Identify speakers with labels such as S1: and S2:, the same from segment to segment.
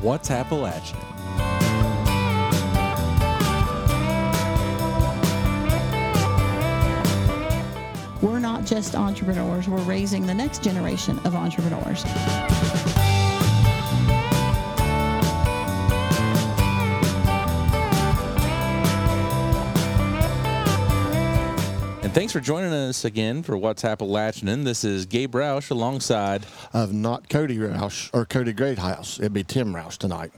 S1: What's Appalachian?
S2: We're not just entrepreneurs, we're raising the next generation of entrepreneurs.
S1: And thanks for joining us again for What's Appalachian. This is Gabe Roush alongside.
S3: of not Cody Roush or Cody Greathouse. It'd be Tim Roush tonight.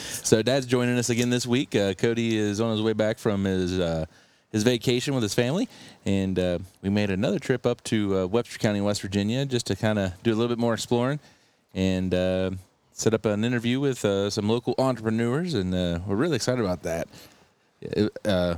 S1: So Dad's joining us again this week. Uh, Cody is on his way back from his uh, his vacation with his family, and uh, we made another trip up to uh, Webster County, West Virginia, just to kind of do a little bit more exploring, and uh, set up an interview with uh, some local entrepreneurs, and uh, we're really excited about that. It- Uh,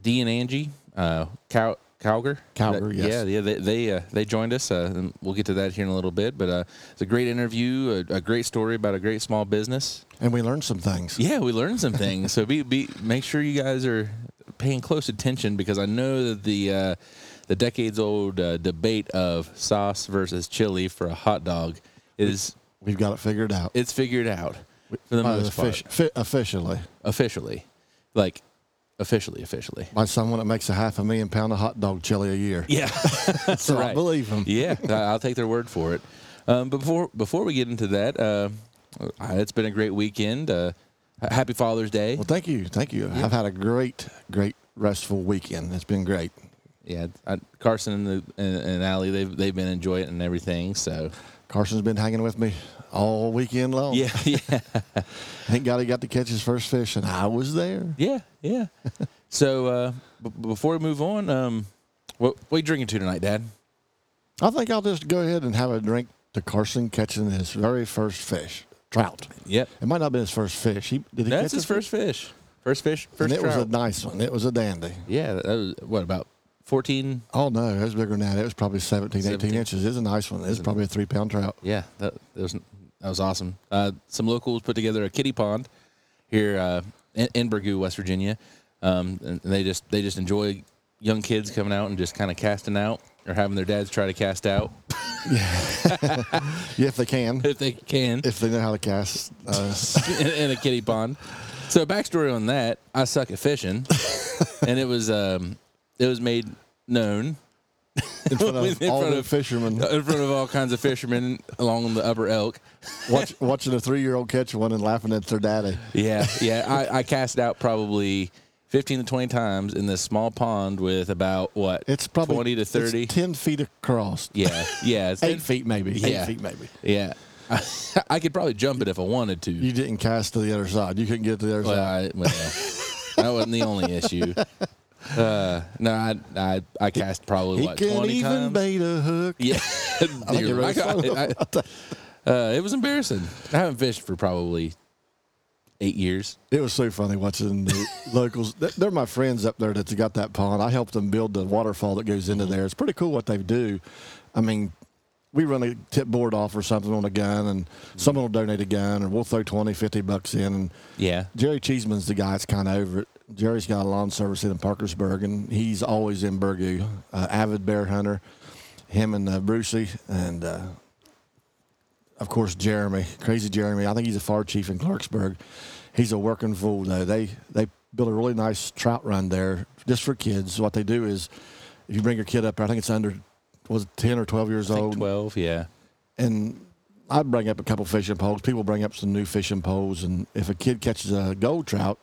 S1: D and Angie uh, Cow- Cowger.
S3: Cowger,
S1: That-
S3: yes.
S1: Yeah, yeah, they they, uh, they joined us. Uh, and we'll get to that here in a little bit, but uh, it's a great interview, a, a great story about a great small business.
S3: And we learned some things.
S1: Yeah, we learned some things. so be, be make sure you guys are paying close attention because I know that the uh, the decades old uh, debate of sauce versus chili for a hot dog is
S3: We've got it figured out.
S1: it's figured out for the
S3: By
S1: most part
S3: Oh, offici- fi- officially,
S1: officially, like officially, officially.
S3: by someone that makes a half a million pound of hot dog chili a year.
S1: Yeah,
S3: so I
S1: right.
S3: believe him.
S1: yeah. I- I'll take their word for it. Um, but before before we get into that, uh, uh, it's been a great weekend. Uh, h- happy Father's Day.
S3: Well, thank you. Thank you. I've had a great, great restful weekend. It's been great.
S1: Yeah, I, Carson and, the, and, and Allie, they've they've been enjoying it and everything. So
S3: Carson's been hanging with me all weekend long.
S1: yeah, yeah,
S3: Thank God he got to catch his first fish, and I was there.
S1: yeah, yeah. so uh, b- before we move on, um, what what you drinking to tonight, Dad?
S3: I think I'll just go ahead and have a drink to Carson catching his very first fish, trout.
S1: Yep,
S3: It might not have been his first fish. He did he catch
S1: that's his
S3: a
S1: first
S3: fish?
S1: fish. First fish,
S3: And
S1: first
S3: it was
S1: trout.
S3: a nice one. It was a dandy.
S1: yeah, that was what about fourteen?
S3: Oh no, it was bigger than that. It was probably 17,
S1: 17.
S3: 18 inches. It's a nice one. It's probably a three pound trout.
S1: Yeah, that, that was that was awesome. Uh, some locals put together a kiddie pond here uh, in, in Burgoo, West Virginia, um, and they just they just enjoy young kids coming out and just kind of casting out or having their dads try to cast out
S3: Yeah, if they can,
S1: if they can
S3: if they know how to cast. Uh,
S1: in, in a kiddie pond. So backstory on that, I suck at fishing, and it was um, it was made known
S3: in front of
S1: In
S3: all
S1: front
S3: the
S1: of-
S3: fishermen
S1: in front of all kinds of fishermen along the Upper Elk.
S3: watch, watching a three year old catch one and laughing at their daddy.
S1: Yeah, yeah. I, I cast out probably fifteen to twenty times in this small pond with about what
S3: It's probably
S1: twenty to
S3: it's
S1: thirty.
S3: ten feet across.
S1: yeah, yeah. It's
S3: Eight feet maybe.
S1: Yeah.
S3: Eight feet maybe.
S1: Yeah, I could probably jump it if I wanted to.
S3: You didn't cast to the other side. You couldn't get to the other
S1: Well,
S3: side.
S1: I, well, that wasn't the only issue. Uh, no, I, I I cast probably
S3: He
S1: what
S3: couldn't
S1: twenty
S3: even
S1: times.
S3: bait a hook.
S1: yeah,
S3: think you
S1: Dude,
S3: wrote
S1: I
S3: a
S1: got-
S3: song
S1: I- uh, it was embarrassing. I haven't fished for probably eight years.
S3: It was so funny watching the locals. Th- They're my friends up there that's got that pond. I helped them build the waterfall that goes into there. It's pretty cool what they do. I mean, we run a tip board off or something on a gun, and someone will donate a gun, and we'll throw 20, 50 bucks in. And
S1: Yeah,
S3: Jerry Cheeseman's the guy that's kind of over it. Jerry's got a lawn service in Parkersburg, and he's always in Burgoo. Uh, avid bear hunter, him and uh, Brucey, and uh, of course Jeremy, crazy Jeremy. I think he's a fire chief in Clarksburg. He's a working fool though. They they built a really nice trout run there just for kids. What they do is, if you bring your kid up, there, I think it's under was it ten or twelve years
S1: I think
S3: old
S1: twelve. Yeah,
S3: and I bring up a couple fishing poles. People bring up some new fishing poles, and if a kid catches a gold trout,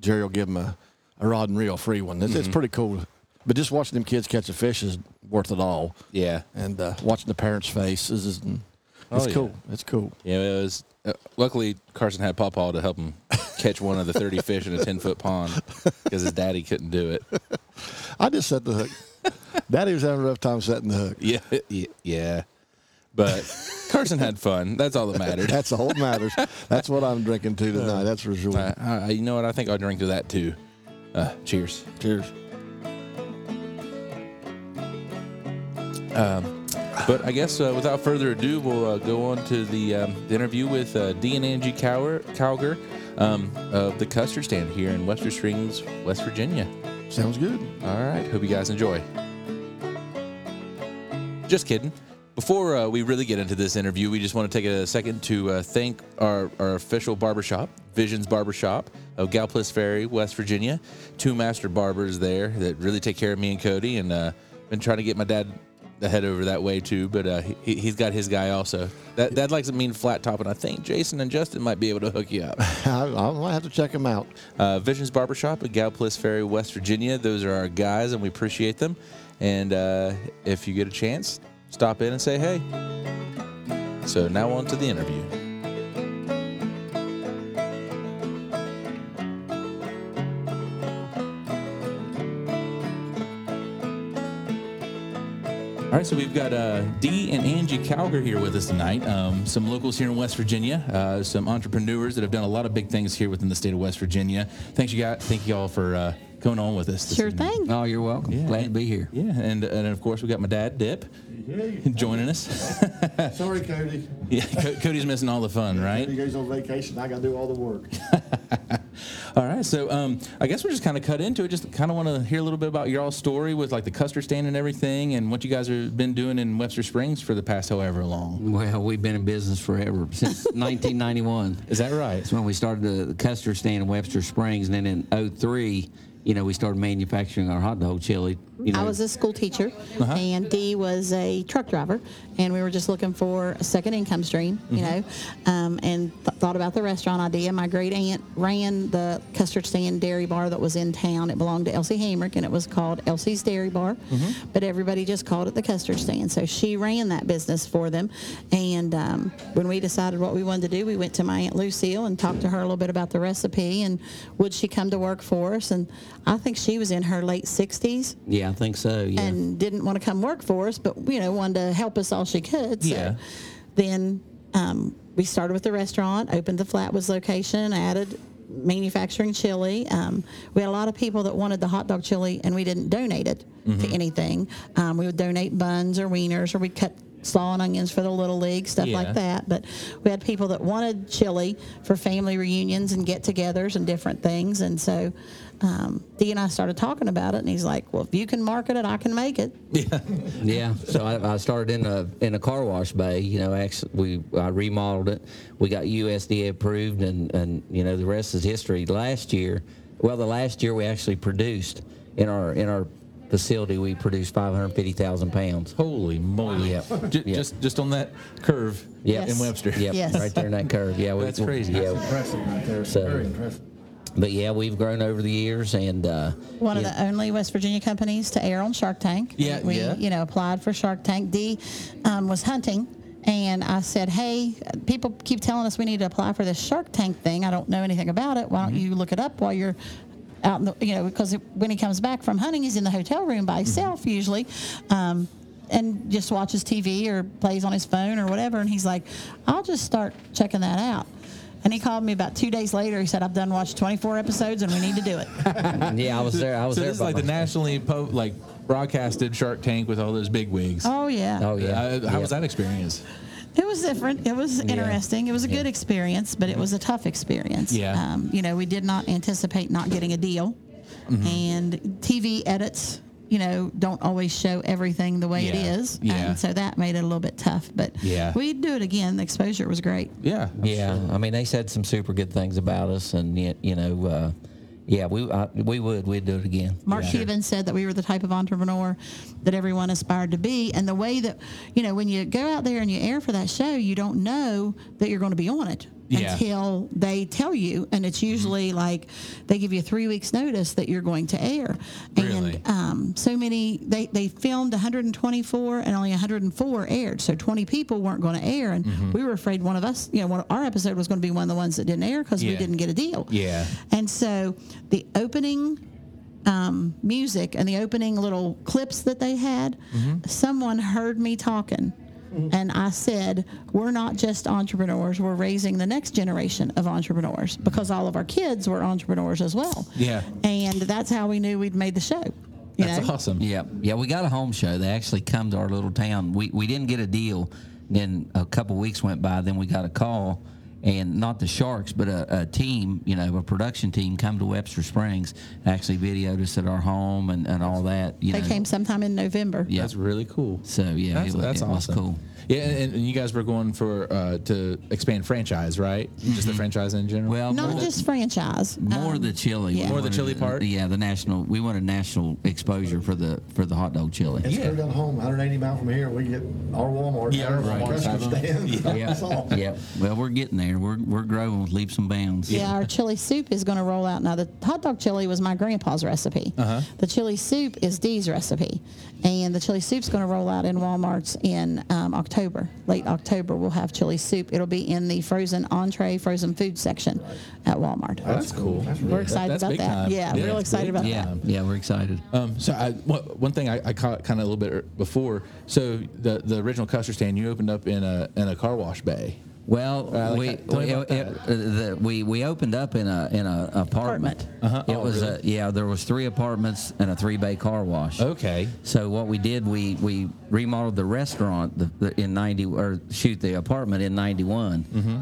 S3: Jerry will give him a, a rod and reel free one. It's,
S1: Mm-hmm.
S3: it's pretty cool. But just watching them kids catch a fish is worth it all,
S1: yeah.
S3: and uh, watching the parents' faces is it's
S1: Oh, yeah.
S3: cool. It's cool.
S1: Yeah, it was. Uh, luckily, Carson had Pawpaw to help him catch one of the 30 fish in a 10 foot pond because his daddy couldn't do it.
S3: I just set the hook. Daddy was having a rough time setting the hook.
S1: Yeah, y- yeah. But Carson had fun. That's all that mattered.
S3: That's all that matters. That's what I'm drinking to tonight. That's for sure.
S1: I, I, you know what? I think I'll drink to that too. Uh, cheers.
S3: Cheers.
S1: Um, But I guess uh, without further ado, we'll uh, go on to the, um, the interview with uh, D and Angie Cower, Cowger um, of the Custard Stand here in Western Springs, West Virginia.
S3: Sounds good.
S1: All right. Hope you guys enjoy. Just kidding. Before uh, we really get into this interview, we just want to take a second to uh, thank our, our official barbershop, Visions Barbershop of Galplis Ferry, West Virginia. Two master barbers there that really take care of me and Cody, and uh, been trying to get my dad to head over that way too, but uh, he, he's got his guy also. That that likes to mean flat top, and I think Jason and Justin might be able to hook you up.
S3: I, I might have to check them out.
S1: Uh, Visions Barbershop at Galplis Ferry, West Virginia. Those are our guys, and we appreciate them. And uh, if you get a chance, stop in and say hey. So now on to the interview. All right, so we've got uh, Dee and Angie Calger here with us tonight. Um, some locals here in West Virginia, uh, some entrepreneurs that have done a lot of big things here within the state of West Virginia. Thanks, you guys. Thank you all for uh, coming on with us. this
S2: Sure
S1: evening.
S2: thing.
S4: Oh, you're welcome.
S1: Yeah.
S4: Glad to be here.
S1: Yeah, and and of course we got my dad Dip joining us.
S3: Sorry, Cody.
S1: yeah, Co- Cody's missing all the fun, right?
S3: goes on vacation. I got to do all the work.
S1: All right, so um, I guess we're just kind of cut into it. Just kind of want to hear a little bit about your all story with like the Custer stand and everything, and what you guys have been doing in Webster Springs for the past however long.
S4: Well, we've been in business forever since 1991.
S1: Is that right?
S4: That's when we started the, the Custer stand in Webster Springs, and then in 03, you know, we started manufacturing our hot dog chili. You know, Uh-huh.
S2: I was a school teacher, and Dee was a truck driver, and we were just looking for a second income stream, you
S4: Mm-hmm.
S2: know, um, and th- thought about the restaurant idea. My great aunt ran the custard stand dairy bar that was in town. It belonged to Elsie Hamrick, and it was called Elsie's Dairy Bar,
S4: Mm-hmm.
S2: but everybody just called it the custard stand. So she ran that business for them, and um, when we decided what we wanted to do, we went to my aunt Lucille and talked to her a little bit about the recipe and would she come to work for us? And I think she was in her late 60s
S4: yeah, I think so. Yeah.
S2: and didn't want to come work for us, but you know wanted to help us all she could. So
S1: Yeah.
S2: then um, we started with the restaurant, opened the Flatwoods location, added manufacturing chili. Um, we had a lot of people that wanted the hot dog chili, and we didn't donate it to anything. Um, we would donate buns or wieners, or we'd cut slaw and onions for the little league stuff
S1: Yeah.
S2: like that. But we had people that wanted chili for family reunions and get-togethers and different things, and so. Um, Dee and I started talking about it, and he's like, "Well, if you can market it, I can make it."
S4: Yeah, so I, I started in a in a car wash bay. You know, actually, we I remodeled it. We got USDA approved, and and you know the rest is history. Last year, well, the last year we actually produced in our in our facility, we produced five hundred fifty thousand pounds.
S1: Holy moly!
S4: Yep.
S1: Ju-
S4: Yep.
S1: Just just on that curve
S4: Yeah,
S1: in
S2: Yes.
S1: Webster.
S4: Yep,
S2: Yes.
S4: right there in that curve. Yeah, we,
S1: That's crazy.
S4: Yeah,
S5: Impressive right there.
S4: So-
S5: Very impressive.
S4: but yeah, we've grown over the years, and uh,
S2: One
S4: yeah.
S2: of the only West Virginia companies to air on Shark Tank.
S1: Yeah,
S2: we
S1: yeah.
S2: you know applied for Shark Tank. Dee um, was hunting, and I said, "Hey, people keep telling us we need to apply for this Shark Tank thing. I don't know anything about it. Why don't
S1: Mm-hmm.
S2: you look it up while you're." Out in the, you know, because when he comes back from hunting, he's in the hotel room
S1: Mm-hmm.
S2: by himself usually, um, and just watches TV or plays on his phone or whatever. And he's like, "I'll just start checking that out." And he called me about two days later. He said, "I've done watched 24 episodes, and we need to do it."
S4: yeah, I was there. I was
S1: so
S4: there.
S1: this is
S4: by
S1: like the
S4: myself.
S1: nationally po- like broadcasted Shark Tank with all those big wigs.
S2: Oh yeah.
S4: Oh yeah.
S1: Uh, how was
S4: Yeah.
S1: that experience?
S2: It was different. It was interesting. It was a good experience, but it was a tough experience.
S1: Yeah.
S2: Um, you know, we did not anticipate not getting a deal,
S1: Mm-hmm.
S2: and TV edits. You know, don't always show everything the way it
S1: Yeah.
S2: is,
S1: Yeah.
S2: and so that made it a little bit tough. But
S1: Yeah.
S2: we'd do it again. The exposure was great.
S1: Yeah.
S4: Yeah, I mean, they said some super good things about us, and yet, you know, uh, yeah, we I, we would we'd do it again.
S2: Mark
S4: yeah.
S2: Cuban said that we were the type of entrepreneur that everyone aspired to be. And the way that, you know, when you go out there and you air for that show, you don't know that you're going to be on it
S1: Yeah. Mm-hmm.
S2: until they tell you. And it's usually like they give you three weeks' notice that you're going to air.
S1: Really?
S2: And um, so many, they, they filmed 124 and only 104 aired. So 20 people weren't going to air. And
S1: Mm-hmm.
S2: we were afraid one of us, you know, one, our episode was going to be one of the ones that didn't air because we
S1: Yeah.
S2: didn't get a deal.
S1: Yeah.
S2: And so the opening um, music and the opening little clips that they had,
S1: Mm-hmm.
S2: someone heard me talking. And I said, We're not just entrepreneurs, we're raising the next generation of entrepreneurs because all of our kids were entrepreneurs as well.
S1: Yeah.
S2: And that's how we knew we'd made the show. You
S1: That's
S2: know?
S1: awesome.
S4: Yeah, yeah, we got a home show. They actually come to our little town. We we didn't get a deal. Then a couple weeks went by. Then we got a call, and not the sharks, but a, a team, you know, a production team come to Webster Springs, actually videoed us at our home and, and all that. You
S2: They
S4: know.
S2: came sometime in November.
S4: Yeah.
S1: That's really cool.
S4: So yeah,
S1: That's,
S4: it, was-
S1: that's
S4: it
S1: awesome.
S4: was cool.
S1: Yeah, and, and you guys were going for uh, to expand franchise, right? Just the franchise in general.
S4: Well,
S2: Not
S4: more
S2: just franchise.
S4: the, more
S2: um,
S4: the chili, We
S2: yeah. More
S1: the
S4: wanted
S1: chili part?
S4: Yeah, the national. We wanted national exposure for the for the hot dog chili.
S3: It's clear down home, 180 mile from here. We get our Walmart,
S1: Yeah,
S3: our
S1: right.
S3: Costco stand. That's all.
S4: Yeah. Yep. Well, we're getting there. We're we're growing with leaps and bounds.
S2: Yeah, our chili soup is going to roll out now. The hot dog chili was my grandpa's recipe. The chili soup is Dee's recipe, and the chili soup's going to roll out in WalMarts in um, October. Late October, we'll have chili soup. It'll be in the frozen entree, frozen food section at Walmart.
S1: that's cool.
S2: We're excited
S1: That's
S2: about
S1: big
S2: that.
S1: time.
S2: Yeah,
S1: Yeah,
S2: we're real
S1: that's
S2: excited
S1: big
S2: about
S4: Yeah.
S2: that.
S4: Yeah. We're excited.
S1: Um, so I, what, one thing I, I caught kind of a little bit er- before. So the the original custard stand you opened up in a in a car wash bay.
S4: Well,
S1: Uh, like,
S4: we,
S1: uh, tell me
S4: we,
S1: about
S4: it- uh, the, we we opened up in a in a apartment.
S2: Apartment.
S1: Uh-huh. Oh,
S4: It was a yeah. There was three apartments and a three bay car wash.
S1: Okay.
S4: So what we did, we we remodeled the restaurant the, the, in ninety or shoot the apartment in ninety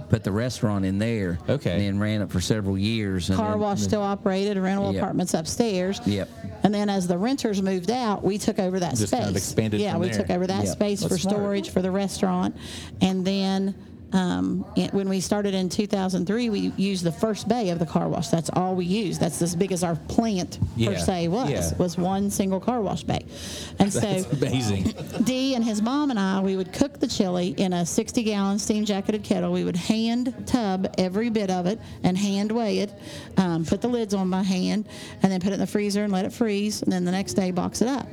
S4: Put the restaurant in there.
S1: Mm-hmm. Okay.
S4: And then ran it for several years. And
S2: Car
S4: then-
S2: wash still operated, rental
S4: Yep.
S2: apartments upstairs.
S4: Yep.
S2: And then as the renters moved out, we took over that
S1: Just
S2: space.
S1: kind of expanded
S2: Yeah,
S1: from
S2: we
S1: there.
S2: took over that
S4: Yeah.
S2: space
S1: That's
S2: for
S1: smart.
S2: storage for the restaurant, and then. Um, it- when we started in 2003, we used the first bay of the car wash. That's all we used. That's as big as our plant per
S1: Yeah.
S2: se was.
S1: Yeah.
S2: Was one single car wash bay, and
S1: That's
S2: so
S1: amazing.
S2: D and his mom and I, we would cook the chili in a 60 gallon steam jacketed kettle. We would hand tub every bit of it and hand weigh it, um, put the lids on by hand, and then put it in the freezer and let it freeze. And then the next day, box it up.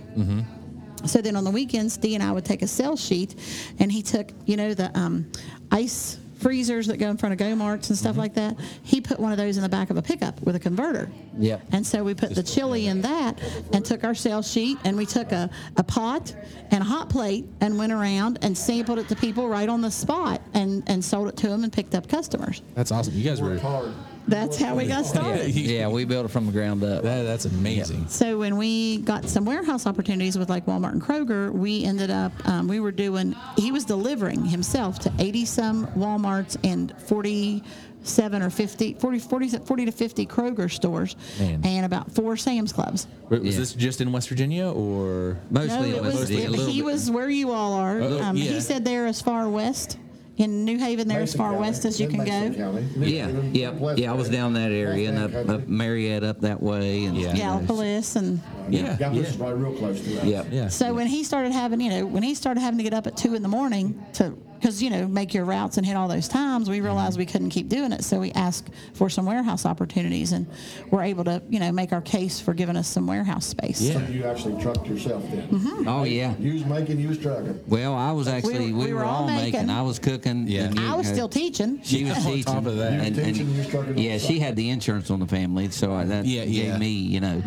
S2: So then on the weekends, D and I would take a sell sheet, and he took, you know, the um, ice freezers that go in front of go marts and stuff like that. He put one of those in the back of a pickup with a converter.
S4: Yep.
S2: And so we put the chili in that and took our sell sheet and we took a, a pot and a hot plate and went around and sampled it to people right on the spot and, and sold it to them and picked up customers.
S1: That's awesome. You guys were.
S3: Hard.
S2: That's how we got started.
S4: Yeah, we built it from the ground up.
S1: That, that's amazing.
S2: So when we got some warehouse opportunities with like Walmart and Kroger, we ended up um, we were doing he was delivering himself to 80 some Walmarts and 47 or 50 40, 40, 40 to 50 Kroger stores
S1: Man.
S2: and about four Sam's Clubs.
S1: Wait, Was
S4: Yeah.
S1: this just in West Virginia or?
S4: Mostly
S2: no, it was,
S4: a
S2: it-
S4: little
S2: he
S4: bit-
S2: was where you all are.
S1: Oh,
S2: um,
S1: yeah.
S2: He said they're as far west in New Haven, they're as
S3: Mason
S2: far
S3: County.
S2: west as you
S3: Then
S2: can
S3: Mason
S2: go.
S3: County.
S4: Yeah, yeah, yeah. I was down that area and up, up Mariette up that way and
S1: Yeah.
S4: you know,
S2: Gallipolis and
S1: Yeah.
S3: Yeah, this is probably real close to us.
S4: Yeah,
S1: Yeah.
S2: So when he started having, you know, when he started having to get up at two in the morning to, because you know, make your routes and hit all those times, we
S1: Mm-hmm.
S2: realized we couldn't keep doing it. So we asked for some warehouse opportunities, and we're able to, you know, make our case for giving us some warehouse space.
S1: Yeah.
S3: You actually trucked yourself then.
S2: Mm-hmm.
S4: Oh yeah.
S3: You was making, you was trucking.
S4: Well, I was actually we, were, all making. I was cooking.
S1: Yeah.
S4: and you-
S2: I was still teaching.
S4: She was
S1: On top
S4: teaching.
S1: of that. You were
S4: and-
S3: teaching,
S4: and-
S3: you was cooking on
S4: yeah,
S3: the
S4: she
S3: side.
S4: had the insurance on the family, so I, that
S1: Yeah, yeah.
S4: gave me, you know,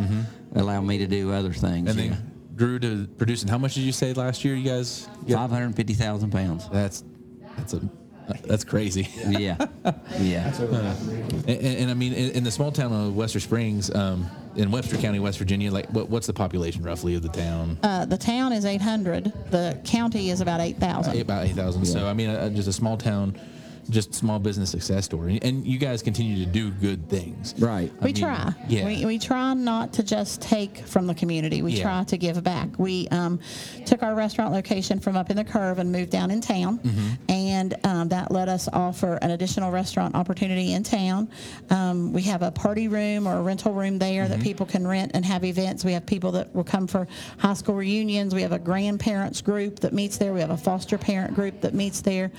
S4: allowed me to do other things.
S1: And then grew to producing. How much did you say last year? You guys.
S4: five hundred fifty thousand pounds.
S1: That's that's a that's crazy.
S4: Yeah, yeah.
S1: And, and, and I mean, in, in the small town of Wester Springs, um, in Webster County, West Virginia, like what, what's the population roughly of the town?
S2: Uh, the town is 800. The county is about 8,000.
S1: Eight- about eight thousand. So I mean, uh, just a small town, just small business success story. And you guys continue to do good things,
S4: Right.
S1: I
S2: we
S1: mean,
S2: try.
S1: Yeah.
S2: We, we try not to just take from the community. We
S1: Yeah.
S2: try to give back. We um, took our restaurant location from up in the curve and moved down in town,
S1: Mm-hmm.
S2: and um, that let us offer an additional restaurant opportunity in town. Um, we have a party room or a rental room there
S1: Mm-hmm.
S2: that people can rent and have events. We have people that will come for high school reunions. We have a grandparents group that meets there. We have a foster parent group that meets there.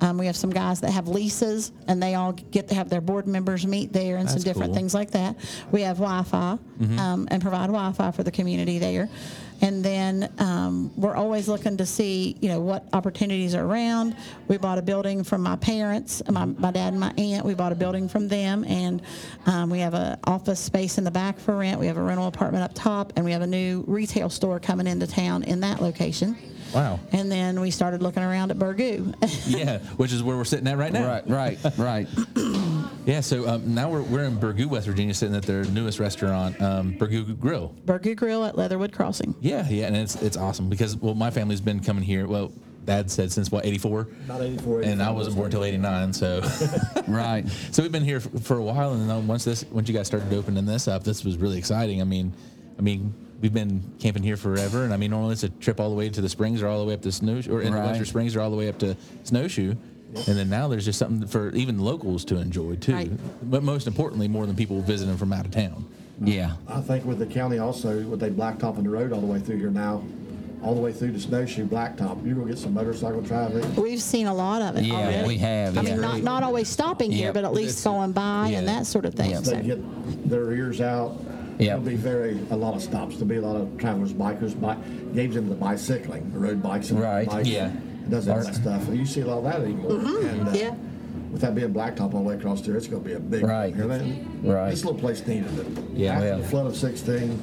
S2: Um, we have some guys that have leases, and they all get to have their board members meet there and some
S1: That's cool. Mm-hmm.
S2: different things things like that. We have Wi-Fi um, and provide Wi-Fi for the community there. And then um, we're always looking to see, you know, what opportunities are around. We bought a building from my parents, my,
S1: Mm-hmm.
S2: my dad and my aunt. We bought a building from them, and um, we have an office space in the back for rent. We have a rental apartment up top, and we have a new retail store coming into town in that location.
S1: Wow.
S2: And then we started looking around at Burgoo.
S1: Yeah, which is where we're sitting at right now.
S4: Right, right, right.
S1: Yeah. So um, now we're, we're in Burgoo, West Virginia, sitting at their newest restaurant, um, Burgoo Grill.
S2: Burgoo Grill at Leatherwood Crossing.
S1: Yeah, yeah, and it's it's awesome because well, my family's been coming here. Well,
S5: Dad said since what '84.
S6: About 84,
S5: And I wasn't born until '89, so
S4: Right.
S5: so we've been here f- for a while. And then once this, once you guys started opening this up, this was really exciting. I mean, I mean. We've been camping here forever, and I mean, normally it's a trip all the way to the springs or all the way up to snowshoe, or in the
S4: Right.
S5: winter springs or all the way up to snowshoe. And then now there's just something for even locals to enjoy too.
S2: Right.
S5: But most importantly, more than people visiting from out of town.
S4: Yeah.
S6: I think with the county also, with they blacktopping the road all the way through here now, all the way through to Snowshoe Blacktop, you're gonna get some motorcycle traffic.
S2: We've seen a lot of it
S4: Yeah,
S2: already.
S4: we have,
S2: Oh, I
S4: yeah.
S2: mean, not, not always stopping here,
S4: Yeah,
S2: but at least going by and
S5: yeah.
S2: that sort of thing.
S4: Yeah.
S6: They
S2: So,
S6: get their ears out.
S4: Yeah.
S6: There'll be very, a lot of stops. There'll be a lot of travelers, bikers, bi- games into the bicycling, the road bikes and
S4: Right,
S6: bikes.
S5: yeah.
S6: Does all that stuff. You see a lot of that anymore. And, uh,
S2: yeah.
S6: With that being blacktop all the way across there, it's gonna be a big.
S4: Right.
S6: Hear that?
S4: Right.
S6: This little place needed it.
S4: Yeah,
S6: After
S4: yeah.
S6: the flood of sixteen,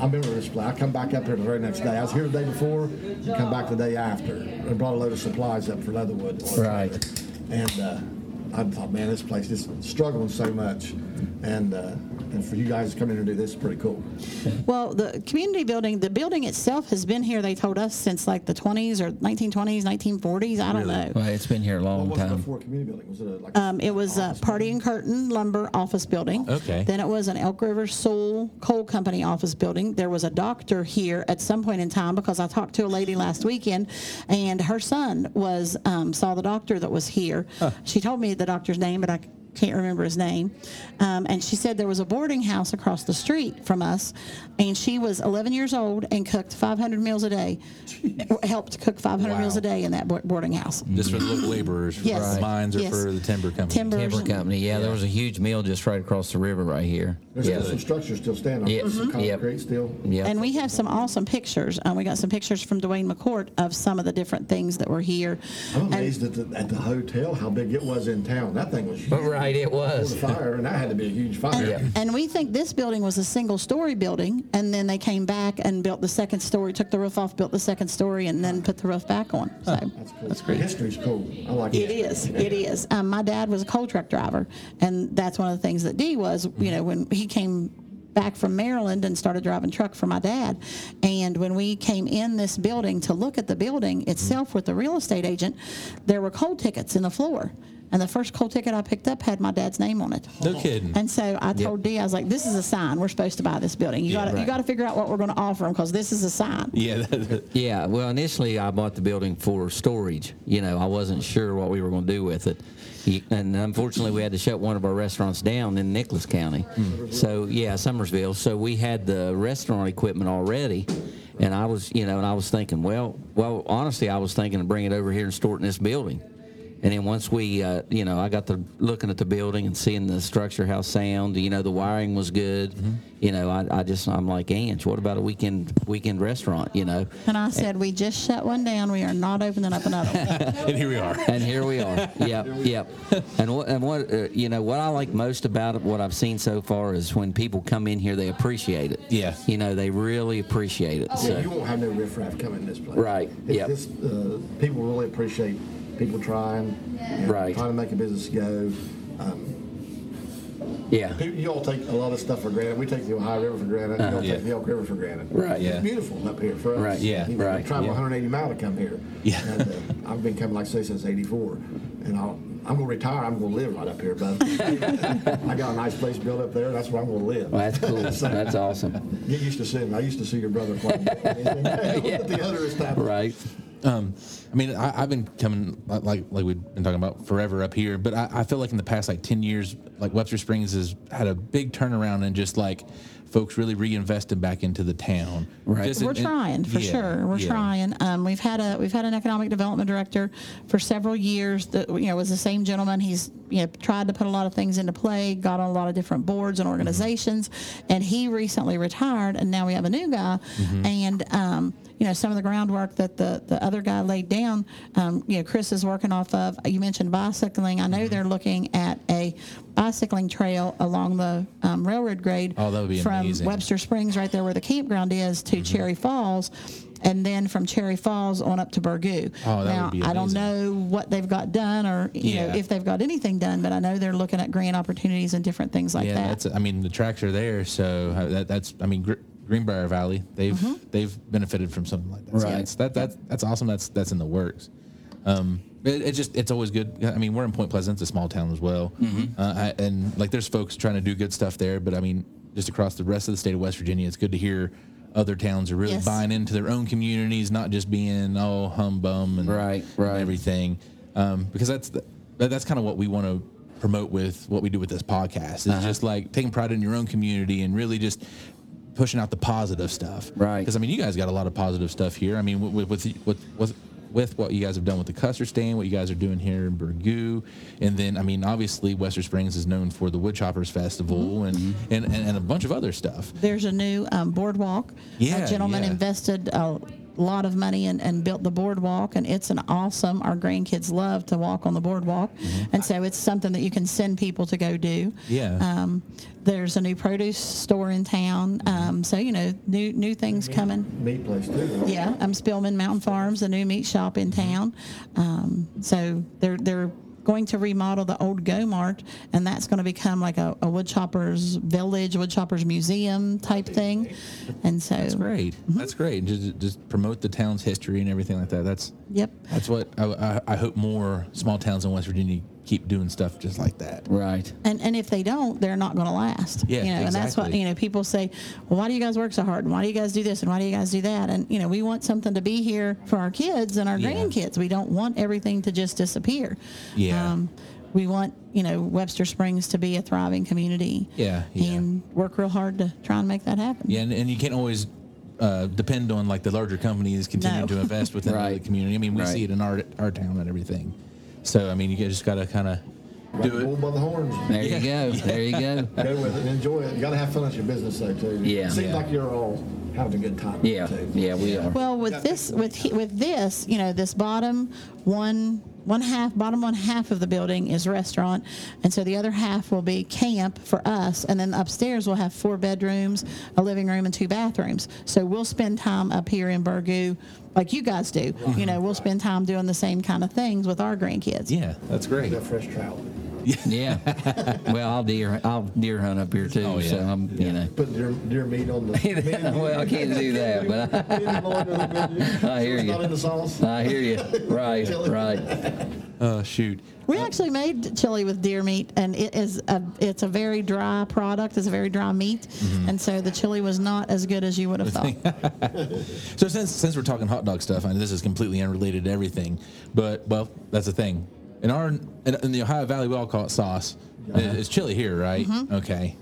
S6: I remember this place. I come back up here the very next day. I was here the day before, and come back the day after. And brought a load of supplies up for Leatherwood.
S4: Right.
S6: And uh, I thought, man, this place is struggling so much, and uh, and for you guys to come in and do this is pretty cool.
S2: Well, the community building, the building itself has been here, they told us, since like the 20s or 1920s, 1940s. I don't know.
S4: Well, it's been here a long
S6: What was it
S4: time.
S6: before community building? Was it a, like?
S2: Um, it was a Party and Curtain Lumber Office Building.
S5: Okay.
S2: Then it was an Elk River Soul Coal Company Office Building. There was a doctor here at some point in time because I talked to a lady last weekend, and her son was um, saw the doctor that was here. She told me the doctor's name, but I can't remember his name. Um, and she said there was a boarding house across the street from us, and she was 11 years old and cooked 500 meals a day. Helped cook 500 meals a day in that bo- boarding house.
S1: Just for the local laborers,
S2: Yes.
S1: for the mines or
S2: Yes.
S1: for the timber company.
S2: Timber.
S4: Timber company. Yeah, there was a huge mill just right across the river right here.
S6: There's
S4: yeah.
S6: still some structures still standing.
S4: Yeah.
S6: Some
S4: Mhm. Yep.
S6: concrete still.
S4: Yeah.
S2: And we have some awesome pictures. Um, we got some pictures from Dwayne McCourt of some of the different things that were here.
S6: I'm
S2: And-
S6: amazed at the, at the hotel how big it was in town. That thing was
S4: But
S6: huge.
S4: right, it
S6: It was
S4: was.
S6: a fire, and that had to be a huge fire.
S2: And, and we think this building was a single story building, and then they came back and built the second story, took the roof off, built the second story, and then put the roof back on. So
S6: That's cool. That's great. History's cool. I like
S2: it is, it is. Um, my dad was a coal truck driver, and that's one of the things that D was. You know, when he came back from Maryland and started driving truck for my dad, and when we came in this building to look at the building itself with the real estate agent, there were coal tickets in the floor. And the first coal ticket I picked up had my dad's name on it.
S1: No kidding.
S2: And so I told D, I was like, "This is a sign. We're supposed to buy this building. You got to you
S4: right.
S2: got to figure out what we're going to offer them because this is a sign."
S1: Yeah, that- that-
S4: Yeah. Well, initially I bought the building for storage. You know, I wasn't sure what we were going to do with it, You- and unfortunately we had to shut one of our restaurants down in Nicholas County. So yeah, Somersville. So we had the restaurant equipment already, and I was, you know, and I was thinking, well, well, honestly, I was thinking of bringing it over here and store it in this building. And then once we, uh, you know, I got to looking at the building and seeing the structure, how sound, you know, the wiring was good. You know, I, I just, I'm like, Ange, what about a weekend weekend restaurant, you know?
S2: And I said, "We just shut one down. We are not opening up another." one.
S1: and here we are.
S4: And here we are. yep, yep. And what, and what uh, you know, what I like most about it, what I've seen so far is when people come in here, they appreciate it.
S5: Yeah.
S4: You know, they really appreciate it.
S6: Yeah, you
S4: So,
S6: won't have no riffraff coming this place.
S4: Right,
S6: It-
S4: yep.
S6: This, uh, people really appreciate people trying, and
S4: Right.
S6: trying to make a business go.
S4: Oh, yeah.
S6: You, you all take a lot of stuff for granted. We take the Ohio River for granted. you all
S5: yeah.
S6: take the Elk River for granted.
S4: Uh-huh. Right,
S5: yeah.
S6: It's beautiful up here for us.
S4: Right,
S5: yeah,
S6: You know,
S4: right,
S6: Travel
S4: yeah.
S6: 180 mile to come here.
S5: Yeah.
S6: And, uh, I've been coming, like I say, since '84, and I'll, I'm gonna retire. I'm gonna live right up here, bud. I got a nice place built up there. That's where I'm gonna live.
S4: Well, that's cool. That's awesome.
S6: Get used to seeing. I used to see your brother playing the other establishment.
S4: Right.
S5: Um, I mean, I, I've been coming like like like we've been talking about forever up here, but I, I feel like in the past like ten years, like Webster Springs has had a big turnaround and just like folks really reinvested back into the town.
S4: Right.
S5: Just
S2: We're
S5: in- in-
S2: trying for
S5: yeah,
S2: sure. We're
S5: yeah.
S2: trying. Um, we've had a we've had an economic development director for several years. That you know was the same gentleman. He's you know tried to put a lot of things into play. Got on a lot of different boards and organizations, and he recently retired. And now we have a new guy.
S5: Mm-hmm.
S2: And um, you know some of the groundwork that the the other guy laid down. Um, you know Chris is working off of. You mentioned bicycling. I know
S5: Mm-hmm.
S2: they're looking at a bicycling trail along the um, railroad grade.
S5: Oh, that would be
S2: from
S5: amazing.
S2: Webster Oyster Springs, right there where the campground is,
S5: Mm-hmm.
S2: to Cherry Falls, and then from Cherry Falls on up to Burgoo.
S5: Oh, that would
S2: now,
S5: be
S2: I don't
S5: amazing.
S2: know what they've got done or you know
S5: Yeah.
S2: if they've got anything done, but I know they're looking at grant opportunities and different things like
S5: Yeah,
S2: that.
S5: that's. I mean, the tracks are there, so uh, that, that's. I mean, gr-
S1: Greenbrier Valley, they've
S2: Mm-hmm.
S1: they've benefited from something like that. So
S4: Right.
S1: that's that, that that's awesome. That's that's in the works. Um, it, it just it's always good. I mean, we're in Point Pleasant, it's a small town as well,
S4: Mm-hmm.
S1: uh, I, and like there's folks trying to do good stuff there. But I mean, just across the rest of the state of West Virginia, it's good to hear other towns are really
S2: Yes.
S1: buying into their own communities, not just being all hum bum and
S4: Right,
S1: and
S4: right.
S1: everything. Um, because that's the, that- that's kind of what we want to promote with what we do with this podcast. It's just like taking pride in your own community and really just pushing out the positive stuff.
S4: Right.
S1: Because I mean, you guys got a lot of positive stuff here. I mean, with with with with, with what you guys have done with the custard stand, what you guys are doing here in Burgoo, and then I mean, obviously, Western Springs is known for the Woodchoppers Festival and, and, and and a bunch of other stuff.
S2: There's a new um, boardwalk.
S1: Yeah,
S2: A gentleman
S1: yeah.
S2: invested a lot of money and, and built the boardwalk, and it's an awesome. Our grandkids love to walk on the boardwalk, and so it's something that you can send people to go do.
S1: Mm-hmm. Yeah.
S2: Um, there's a new produce store in town,
S1: Mm-hmm.
S2: um, so you know new new things coming.
S6: Meat place too.
S2: Yeah, I'm Spillman Mountain Farms, a new meat shop
S1: Mm-hmm.
S2: in town. Um, so they're they're going to remodel the old Go Mart, and that's going to become like a, a woodchoppers village, woodchoppers museum type thing. And so,
S1: Great, that's great. Just just promote the town's history and everything like that. That's
S2: yep,
S1: That's what I, I, I hope more small towns in West Virginia keep doing stuff just like that.
S4: Right.
S2: and and if they don't, they're not going to last.
S1: Yeah,
S2: you know, and that's what
S1: exactly.
S2: you know. People say, well, why do you guys work so hard? And why do you guys do this? And why do you guys do that? And you know, we want something to be here for our kids and our
S1: Yeah.
S2: grandkids. We don't want everything to just disappear. Um,
S1: Yeah.
S2: we want you know Webster Springs to be a thriving community.
S1: Yeah, yeah.
S2: and work real hard to try and make that happen.
S1: Yeah, and, and you can't always uh, depend on like the larger companies continuing
S2: No.
S1: to invest within the
S4: Right.
S1: community. I mean, we
S4: Right.
S1: see it in our our town and everything. So I mean, you just gotta kind of
S6: Right,
S1: do it.
S6: Pull by the horns.
S4: There you go. There you go.
S6: Go with it and enjoy it. You got to have fun at your business though too.
S4: Yeah.
S6: Seems
S1: Yeah.
S6: like you're all having a good time.
S4: Yeah.
S6: too.
S4: Yeah, we are.
S2: Well, with this, with he- with this, you know, this bottom one, one half, bottom one half of the building is restaurant, and so the other half will be camp for us, and then upstairs we'll have four bedrooms, a living room, and two bathrooms. So we'll spend time up here in Burgoo, like you guys do. You know, we'll spend time doing the same kind of things with our grandkids.
S1: Yeah, that's great.
S6: That fresh trout.
S4: Yeah. well, I'll deer I'll deer hunt up here too.
S1: Oh, yeah.
S4: So I'm you know.
S6: Put deer, deer meat on the.
S4: well, I can't do that, but
S6: but
S4: I hear you. Uh,
S6: Not in the sauce.
S4: I, I hear you. Right. Right.
S1: Oh shoot.
S2: We actually made chili with deer meat, and it is a it's a very dry product. It's a very dry meat, and so the chili was not as good as you would have thought.
S1: So since since we're talking hot dog stuff, and this is completely unrelated to everything, but well, that's the thing. In our in, in the Ohio Valley, we all call it sauce.
S4: Uh-huh.
S1: It- It's chili here, right? Okay.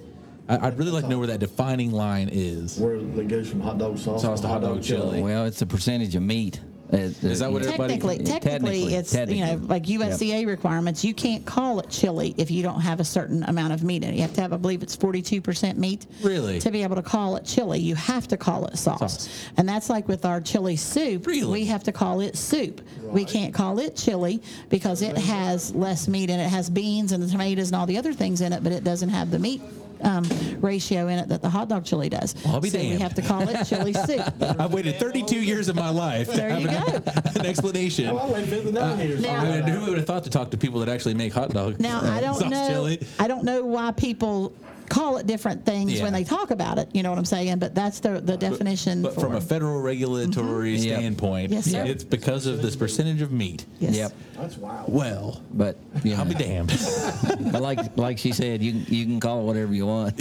S1: I, I'd really like to know where that defining line is.
S6: Where it goes from hot dog sauce,
S1: Sauce to hot dog chili.
S4: Well, it's a percentage of meat. Uh, Is
S1: that what it- Everybody-
S2: Technically, technically,
S4: Technically,
S2: it's you know
S4: technically.
S2: like USDA requirements. You can't call it chili if you don't have a certain amount of meat in it. You have to have, I believe, it's forty-two percent meat.
S1: Really?
S2: To be able to call it chili, you have to call it sauce.
S1: Sauce.
S2: And that's like with our chili soup.
S1: Really?
S2: We have to call it soup. We can't call it chili because it has less meat in it. It has beans and the tomatoes and all the other things in it, but it doesn't have the meat. Um, ratio in it that the hot dog chili does.
S1: Well, I'll be
S2: so we
S1: damned.
S2: have to call it chili soup.
S1: I've waited 32 years of my life to
S2: There
S1: have
S2: you
S1: an, an explanation.
S6: Well, I fit the nine years.
S2: now-
S1: I mean, who would have thought to talk to people that actually make hot dogs?
S2: Now I don't
S1: Sauce
S2: know.
S1: chili.
S2: I don't know why people call it different things
S1: Yeah.
S2: when they talk about it. You know what I'm saying? But that's the the definition.
S1: But
S2: for,
S1: from a federal regulatory
S4: Yep.
S1: standpoint,
S2: Mm-hmm. Yes, sir.
S1: it's because of this percentage of meat.
S2: yes.
S4: Yep.
S6: That's wild.
S1: Well,
S4: But you
S1: I'll
S4: know,
S1: be damned.
S4: but like like she said, you can you can call it whatever you want.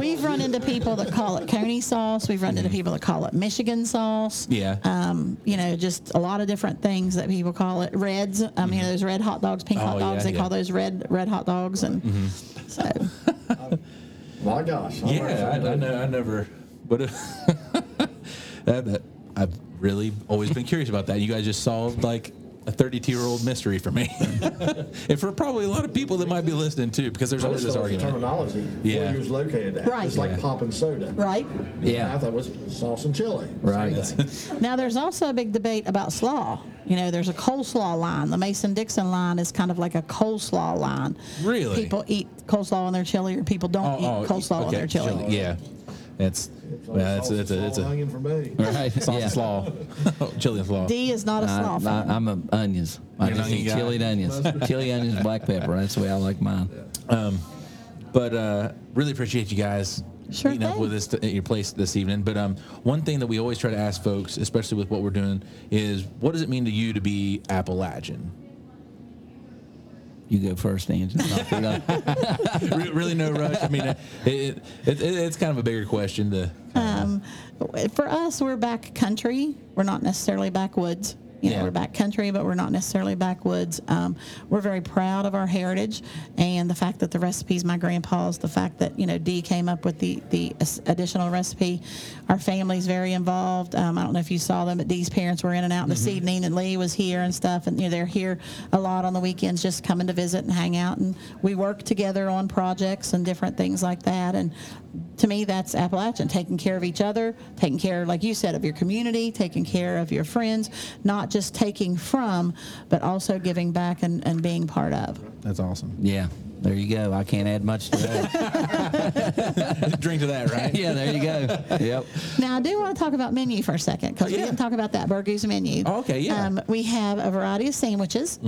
S2: We've run into people that call it Coney sauce. We've run into people that call it Michigan sauce.
S1: Mm-hmm. yeah.
S2: Um, you know, just a lot of different things that people call it. Reds. I mean, those red hot dogs, pink
S1: Mm-hmm. Oh,
S2: hot dogs.
S1: yeah,
S2: they call
S1: yeah. Mm-hmm.
S2: those red red hot dogs, and so.
S6: My gosh. I learned
S1: Yeah,
S6: something.
S1: I, I know. I never. But that, that- I've really always been curious about that. You guys just solved like a 32 year old mystery for me, and for probably a lot of people that might be listening too, because there's
S6: I
S1: always this
S6: just thought it was
S1: argument.
S6: terminology.
S1: Yeah.
S6: Where you was located at.
S2: Right.
S6: It's like
S1: Yeah.
S6: pop and soda.
S2: Right.
S4: Yeah.
S6: I thought it was sauce and chili.
S4: Right.
S6: Same thing.
S2: Now, there's also a big debate about slaw. You know, there's a coleslaw line. The Mason Dixon line is kind of like a coleslaw line.
S1: Really? Oh,
S2: People eat coleslaw on their chili, or people
S5: Oh,
S2: don't eat coleslaw on
S1: okay,
S2: their chili.
S1: Yeah, it's
S6: It's
S1: yeah,
S6: like
S1: it's
S6: sauce
S1: it's
S6: and
S1: a it's
S6: slaw
S1: a
S6: hanging for me.
S4: Right.
S1: sauce
S4: yeah.
S1: and slaw, chili and slaw.
S2: D is not a slaw.
S4: I,
S2: fan.
S4: I, I'm a onions. I
S1: You're an
S4: just
S1: onion
S4: eat
S1: guy.
S4: chili and onions. chili onions, black pepper. That's the way I like mine.
S1: But uh, really appreciate you guys
S2: Sure
S5: meeting up
S2: thing.
S5: with us at your place this evening. But um, one thing that we always try to ask folks, especially with what we're doing, is what does it mean to you to be Appalachian?
S4: You go first, Angie.
S5: Re- really, no rush. I mean, it, it, it, it's kind of a bigger question. To,
S2: Um, for us, we're back country. We're not necessarily backwoods. You know,
S5: Yeah.
S2: we're back country, but we're not necessarily backwoods. Um, we're very proud of our heritage and the fact that the recipes my grandpa's, the fact that you know Dee came up with the the as- additional recipe. Our family's very involved. Um, I don't know if you saw them, but Dee's parents were in and out this evening, and Lee was here and stuff. And you know, they're here a lot on the weekends, just coming to visit and hang out. And we work together on projects and different things like that. And to me, that's Appalachian, taking care of each other, taking care, like you said, of your community, taking care of your friends, not just taking from, but also giving back and, and being part of.
S5: that's awesome.
S4: yeah, there you go. I can't add much to that.
S5: Drink to that, right?
S4: yeah, there you go. Yep.
S2: Now, I do want to talk about menu for a second because we didn't talk about that Burger's menu.
S5: Oh, okay, yeah. Mm-hmm.
S2: Um, we have a variety of sandwiches.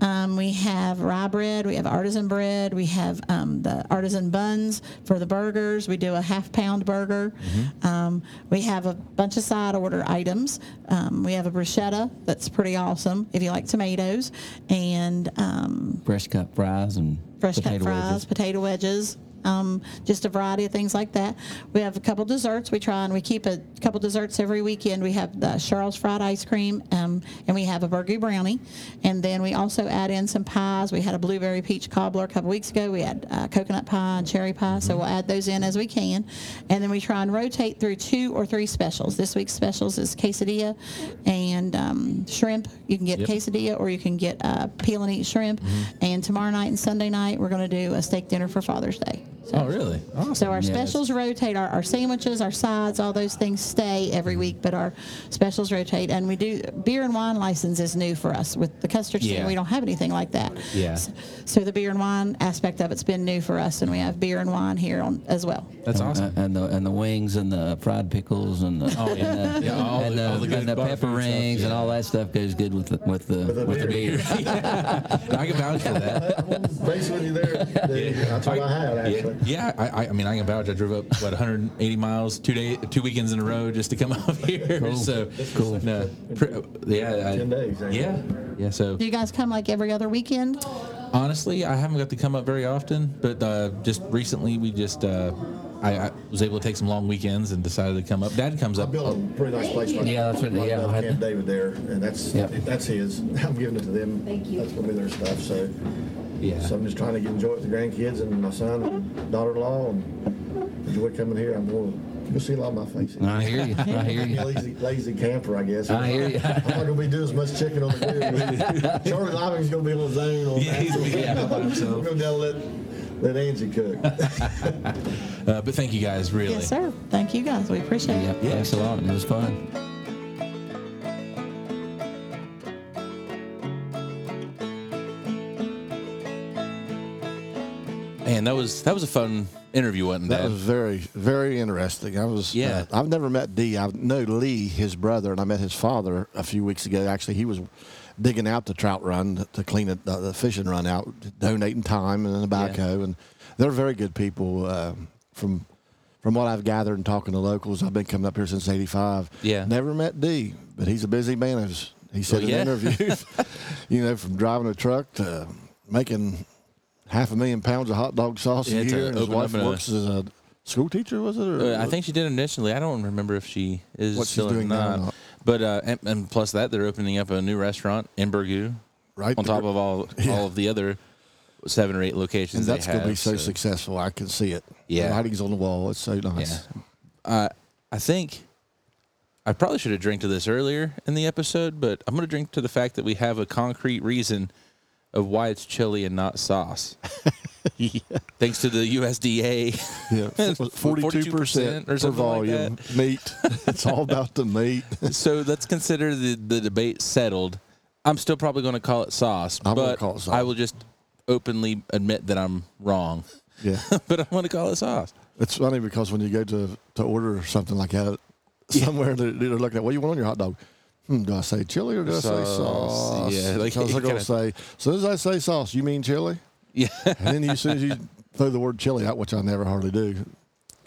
S2: Um, we have rye bread. We have artisan bread. We have um, the artisan buns for the burgers. We do a half pound burger.
S5: Mm-hmm.
S2: Um, we have a bunch of side order items. Um, we have a bruschetta that's pretty awesome if you like tomatoes, and um,
S4: Fresh cut fries and
S2: fresh cut
S4: potato
S2: fries,
S4: wedges.
S2: potato wedges, um, just a variety of things like that. We have a couple desserts we try, and we keep a couple desserts every weekend. We have the Charles fried ice cream, um, and we have a burger brownie, and then we also add in some pies. We had a blueberry peach cobbler a couple weeks ago. We had uh, coconut pie and cherry pie, so we'll add those in as we can, and then we try and rotate through two or three specials. This week's specials is quesadilla and um, shrimp. You can get quesadilla or you can get uh, peel and eat shrimp. And tomorrow night and Sunday night, we're going to do a steak dinner for Father's Day. So,
S5: Oh, really? Awesome.
S2: so our
S4: yeah, that's-
S2: specials rotate, our, our sandwiches, our sides, all those things stay every week, but our specials rotate. And we do beer and wine license is new for us with the custard scene.
S5: Yeah.
S2: We don't have anything like that.
S5: Yeah.
S2: So, so the beer and wine aspect of it's been new for us, and we have beer and wine here on, as well.
S5: That's
S4: And-
S5: awesome.
S4: Uh, And the and the wings and the fried pickles and the
S5: Oh, yeah.
S4: and the,
S5: Yeah, all
S4: uh, and
S5: the-
S4: the,
S5: all the good
S4: and the
S5: bar food
S4: pepper
S5: stuff,
S4: rings and
S5: yeah.
S4: all that stuff goes good with the, with the with the,
S6: the
S4: beer.
S6: beer.
S5: I can vouch for that.
S6: Basically, there. there That's what I had, actually.
S5: Yeah, I, I- I mean, I can vouch. I drove up what 180 miles, two day, two weekends in a row, just to come up here. So cool. No, pr- yeah, I,
S6: 10 days, actually.
S5: Yeah, yeah. So
S2: Do you guys come like every other weekend?
S5: honestly, I haven't got to come up very often, but uh, just recently we just uh, I, I was able to take some long weekends and decided to come up. Dad comes
S6: I
S5: up.
S6: built a pretty nice place. right-
S4: Yeah, that's what-
S6: right
S4: yeah,
S6: down
S4: I had-
S6: Camp David there, and that's,
S4: Yep.
S6: that's his. I'm giving it to them. Thank you. That's gonna be their stuff, so.
S5: Yeah.
S6: So I'm just trying to get- enjoy it with the grandkids and my son and daughter-in-law and enjoy coming here. I'm going, you'll see a lot of my faces.
S4: I hear you. I hear
S6: I'm a
S4: you.
S6: Lazy, lazy camper, I guess.
S4: I hear you.
S6: I'm not gonna be doing as much chicken on the grill. Charlie Living's gonna be on his own on
S5: Yeah,
S6: that.
S5: he's gonna be out by
S6: We're
S5: himself.
S6: gonna gotta let, let Angie cook.
S5: Uh, but thank you guys, really.
S2: Yes, sir. Thank you guys. We appreciate it.
S4: Yep, thanks a lot. It was fun.
S1: Man, that was that was a fun interview, wasn't
S3: That
S1: that?
S3: was very, very interesting. I was. uh,
S1: Yeah.
S3: I've never met D. I know Lee, his brother, and I met his father a few weeks ago. Actually, he was digging out the trout run to clean it, the, the fishing run out, donating time and a backhoe, and they're very good people. Uh, from from what I've gathered and talking to locals, I've been coming up here since '85.
S1: Yeah.
S3: Never met D, but he's a busy man. As he said
S1: yeah.
S3: in interviews, you know, from driving a truck to making half a million pounds of hot dog sauce
S1: Yeah,
S3: a
S1: to
S3: year. and His
S1: open up
S3: wife
S1: in a-
S3: works as a school teacher, was it? Or
S1: Uh, I think she did initially. I don't remember if she is
S3: What she's
S1: still or
S3: doing now or
S1: not.
S3: not.
S1: But uh, and, and plus that they're opening up a new restaurant in Burgoo,
S3: Right
S1: on
S3: there.
S1: top of all all of the other seven or eight
S3: and
S1: locations.
S3: that's
S1: they
S3: going to be
S1: have,
S3: so, successful. I can see it.
S1: Yeah.
S3: the writing's on the wall. It's so
S1: Yeah.
S3: nice.
S1: Uh, I think I probably should have drank to this earlier in the episode, but I'm going to drink to the fact that we have a concrete reason of why it's chili and not sauce. Thanks to the USDA.
S3: Yeah, forty-two
S1: 42%
S3: percent
S1: or
S3: per
S1: something like
S3: volume meat. it's all about the meat.
S1: so let's consider the, the debate settled. I'm still probably going to call it sauce,
S3: I'm gonna
S1: but
S3: call it sauce.
S1: I will just openly admit that I'm wrong.
S3: Yeah,
S1: but I'm going to call it sauce.
S3: it's funny because when you go to to order something like that somewhere, they're, they're looking at what do you want on your hot dog. Hmm, do I say chili or do I say
S1: Sauce.
S3: sauce?
S1: Yeah, like,
S3: because
S1: you
S3: they're going
S1: kinda-
S3: to say. As soon as I say sauce, you mean chili?
S1: Yeah.
S3: And then you, as soon as you throw the word chili out, which I never hardly do,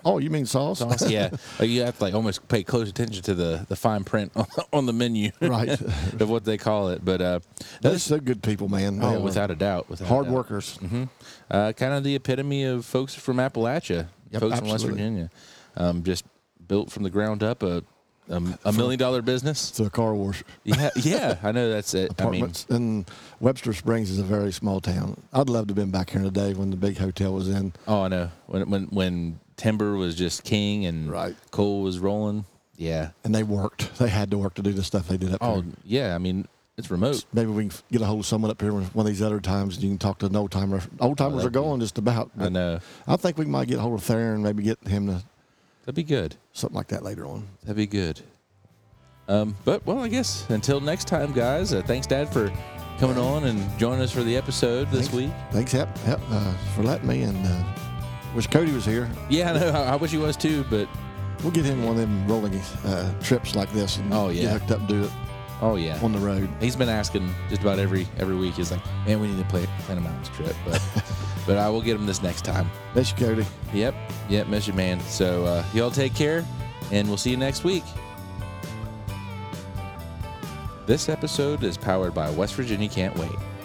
S3: Oh, you mean sauce?
S1: yeah, Like, you have to like almost pay close attention to the, the fine print on, on the menu,
S3: Right.
S1: of what they call it. But uh,
S3: They're so good people, man. They
S1: Oh,
S3: are
S1: without a doubt, without a
S3: hard
S1: doubt.
S3: workers.
S1: Uh, kind of the epitome of folks from Appalachia,
S3: Yep,
S1: folks from West
S3: absolutely.
S1: Virginia, um, just built from the ground up a a, a million dollar business.
S3: It's a car wash.
S1: Yeah, yeah, I know that's it. I mean,
S3: apartments. and Webster Springs is a very small town. I'd love to have been back here today when the big hotel was in.
S1: oh, I know when when when timber was just king and
S3: Right.
S1: coal was rolling. Yeah.
S3: And they worked. They had to work to do the stuff they did up
S1: Oh,
S3: here.
S1: yeah. I mean, it's remote.
S3: Maybe we can f- get a hold of someone up here one of these other times and you can talk to an old timer. Old timers are
S1: that'd be-
S3: going just about.
S1: I
S3: but
S1: know.
S3: I think we might get a hold of Theron, maybe get him to
S1: That'd be good.
S3: something like that later on.
S1: That'd be good. Um, but well, I guess until next time, guys. Uh, thanks, Dad, for coming on and joining us for the episode this week.
S3: Thanks, Hep, Hep uh, for letting me. And uh, wish Cody was here.
S1: Yeah, I know. I, I wish he was too, but
S3: We'll get him one of them rolling uh, trips like this and
S1: Oh, yeah.
S3: get hooked up and do it
S1: oh yeah,
S3: on the road.
S1: he's been asking just about every every week. He's like, "Man, we need to play plan a mountains trip," but but I will get him this next time.
S3: That's Cody.
S1: Yep, yep, miss you, man. So uh, y'all take care, and we'll see you next week. This episode is powered by West Virginia Can't Wait.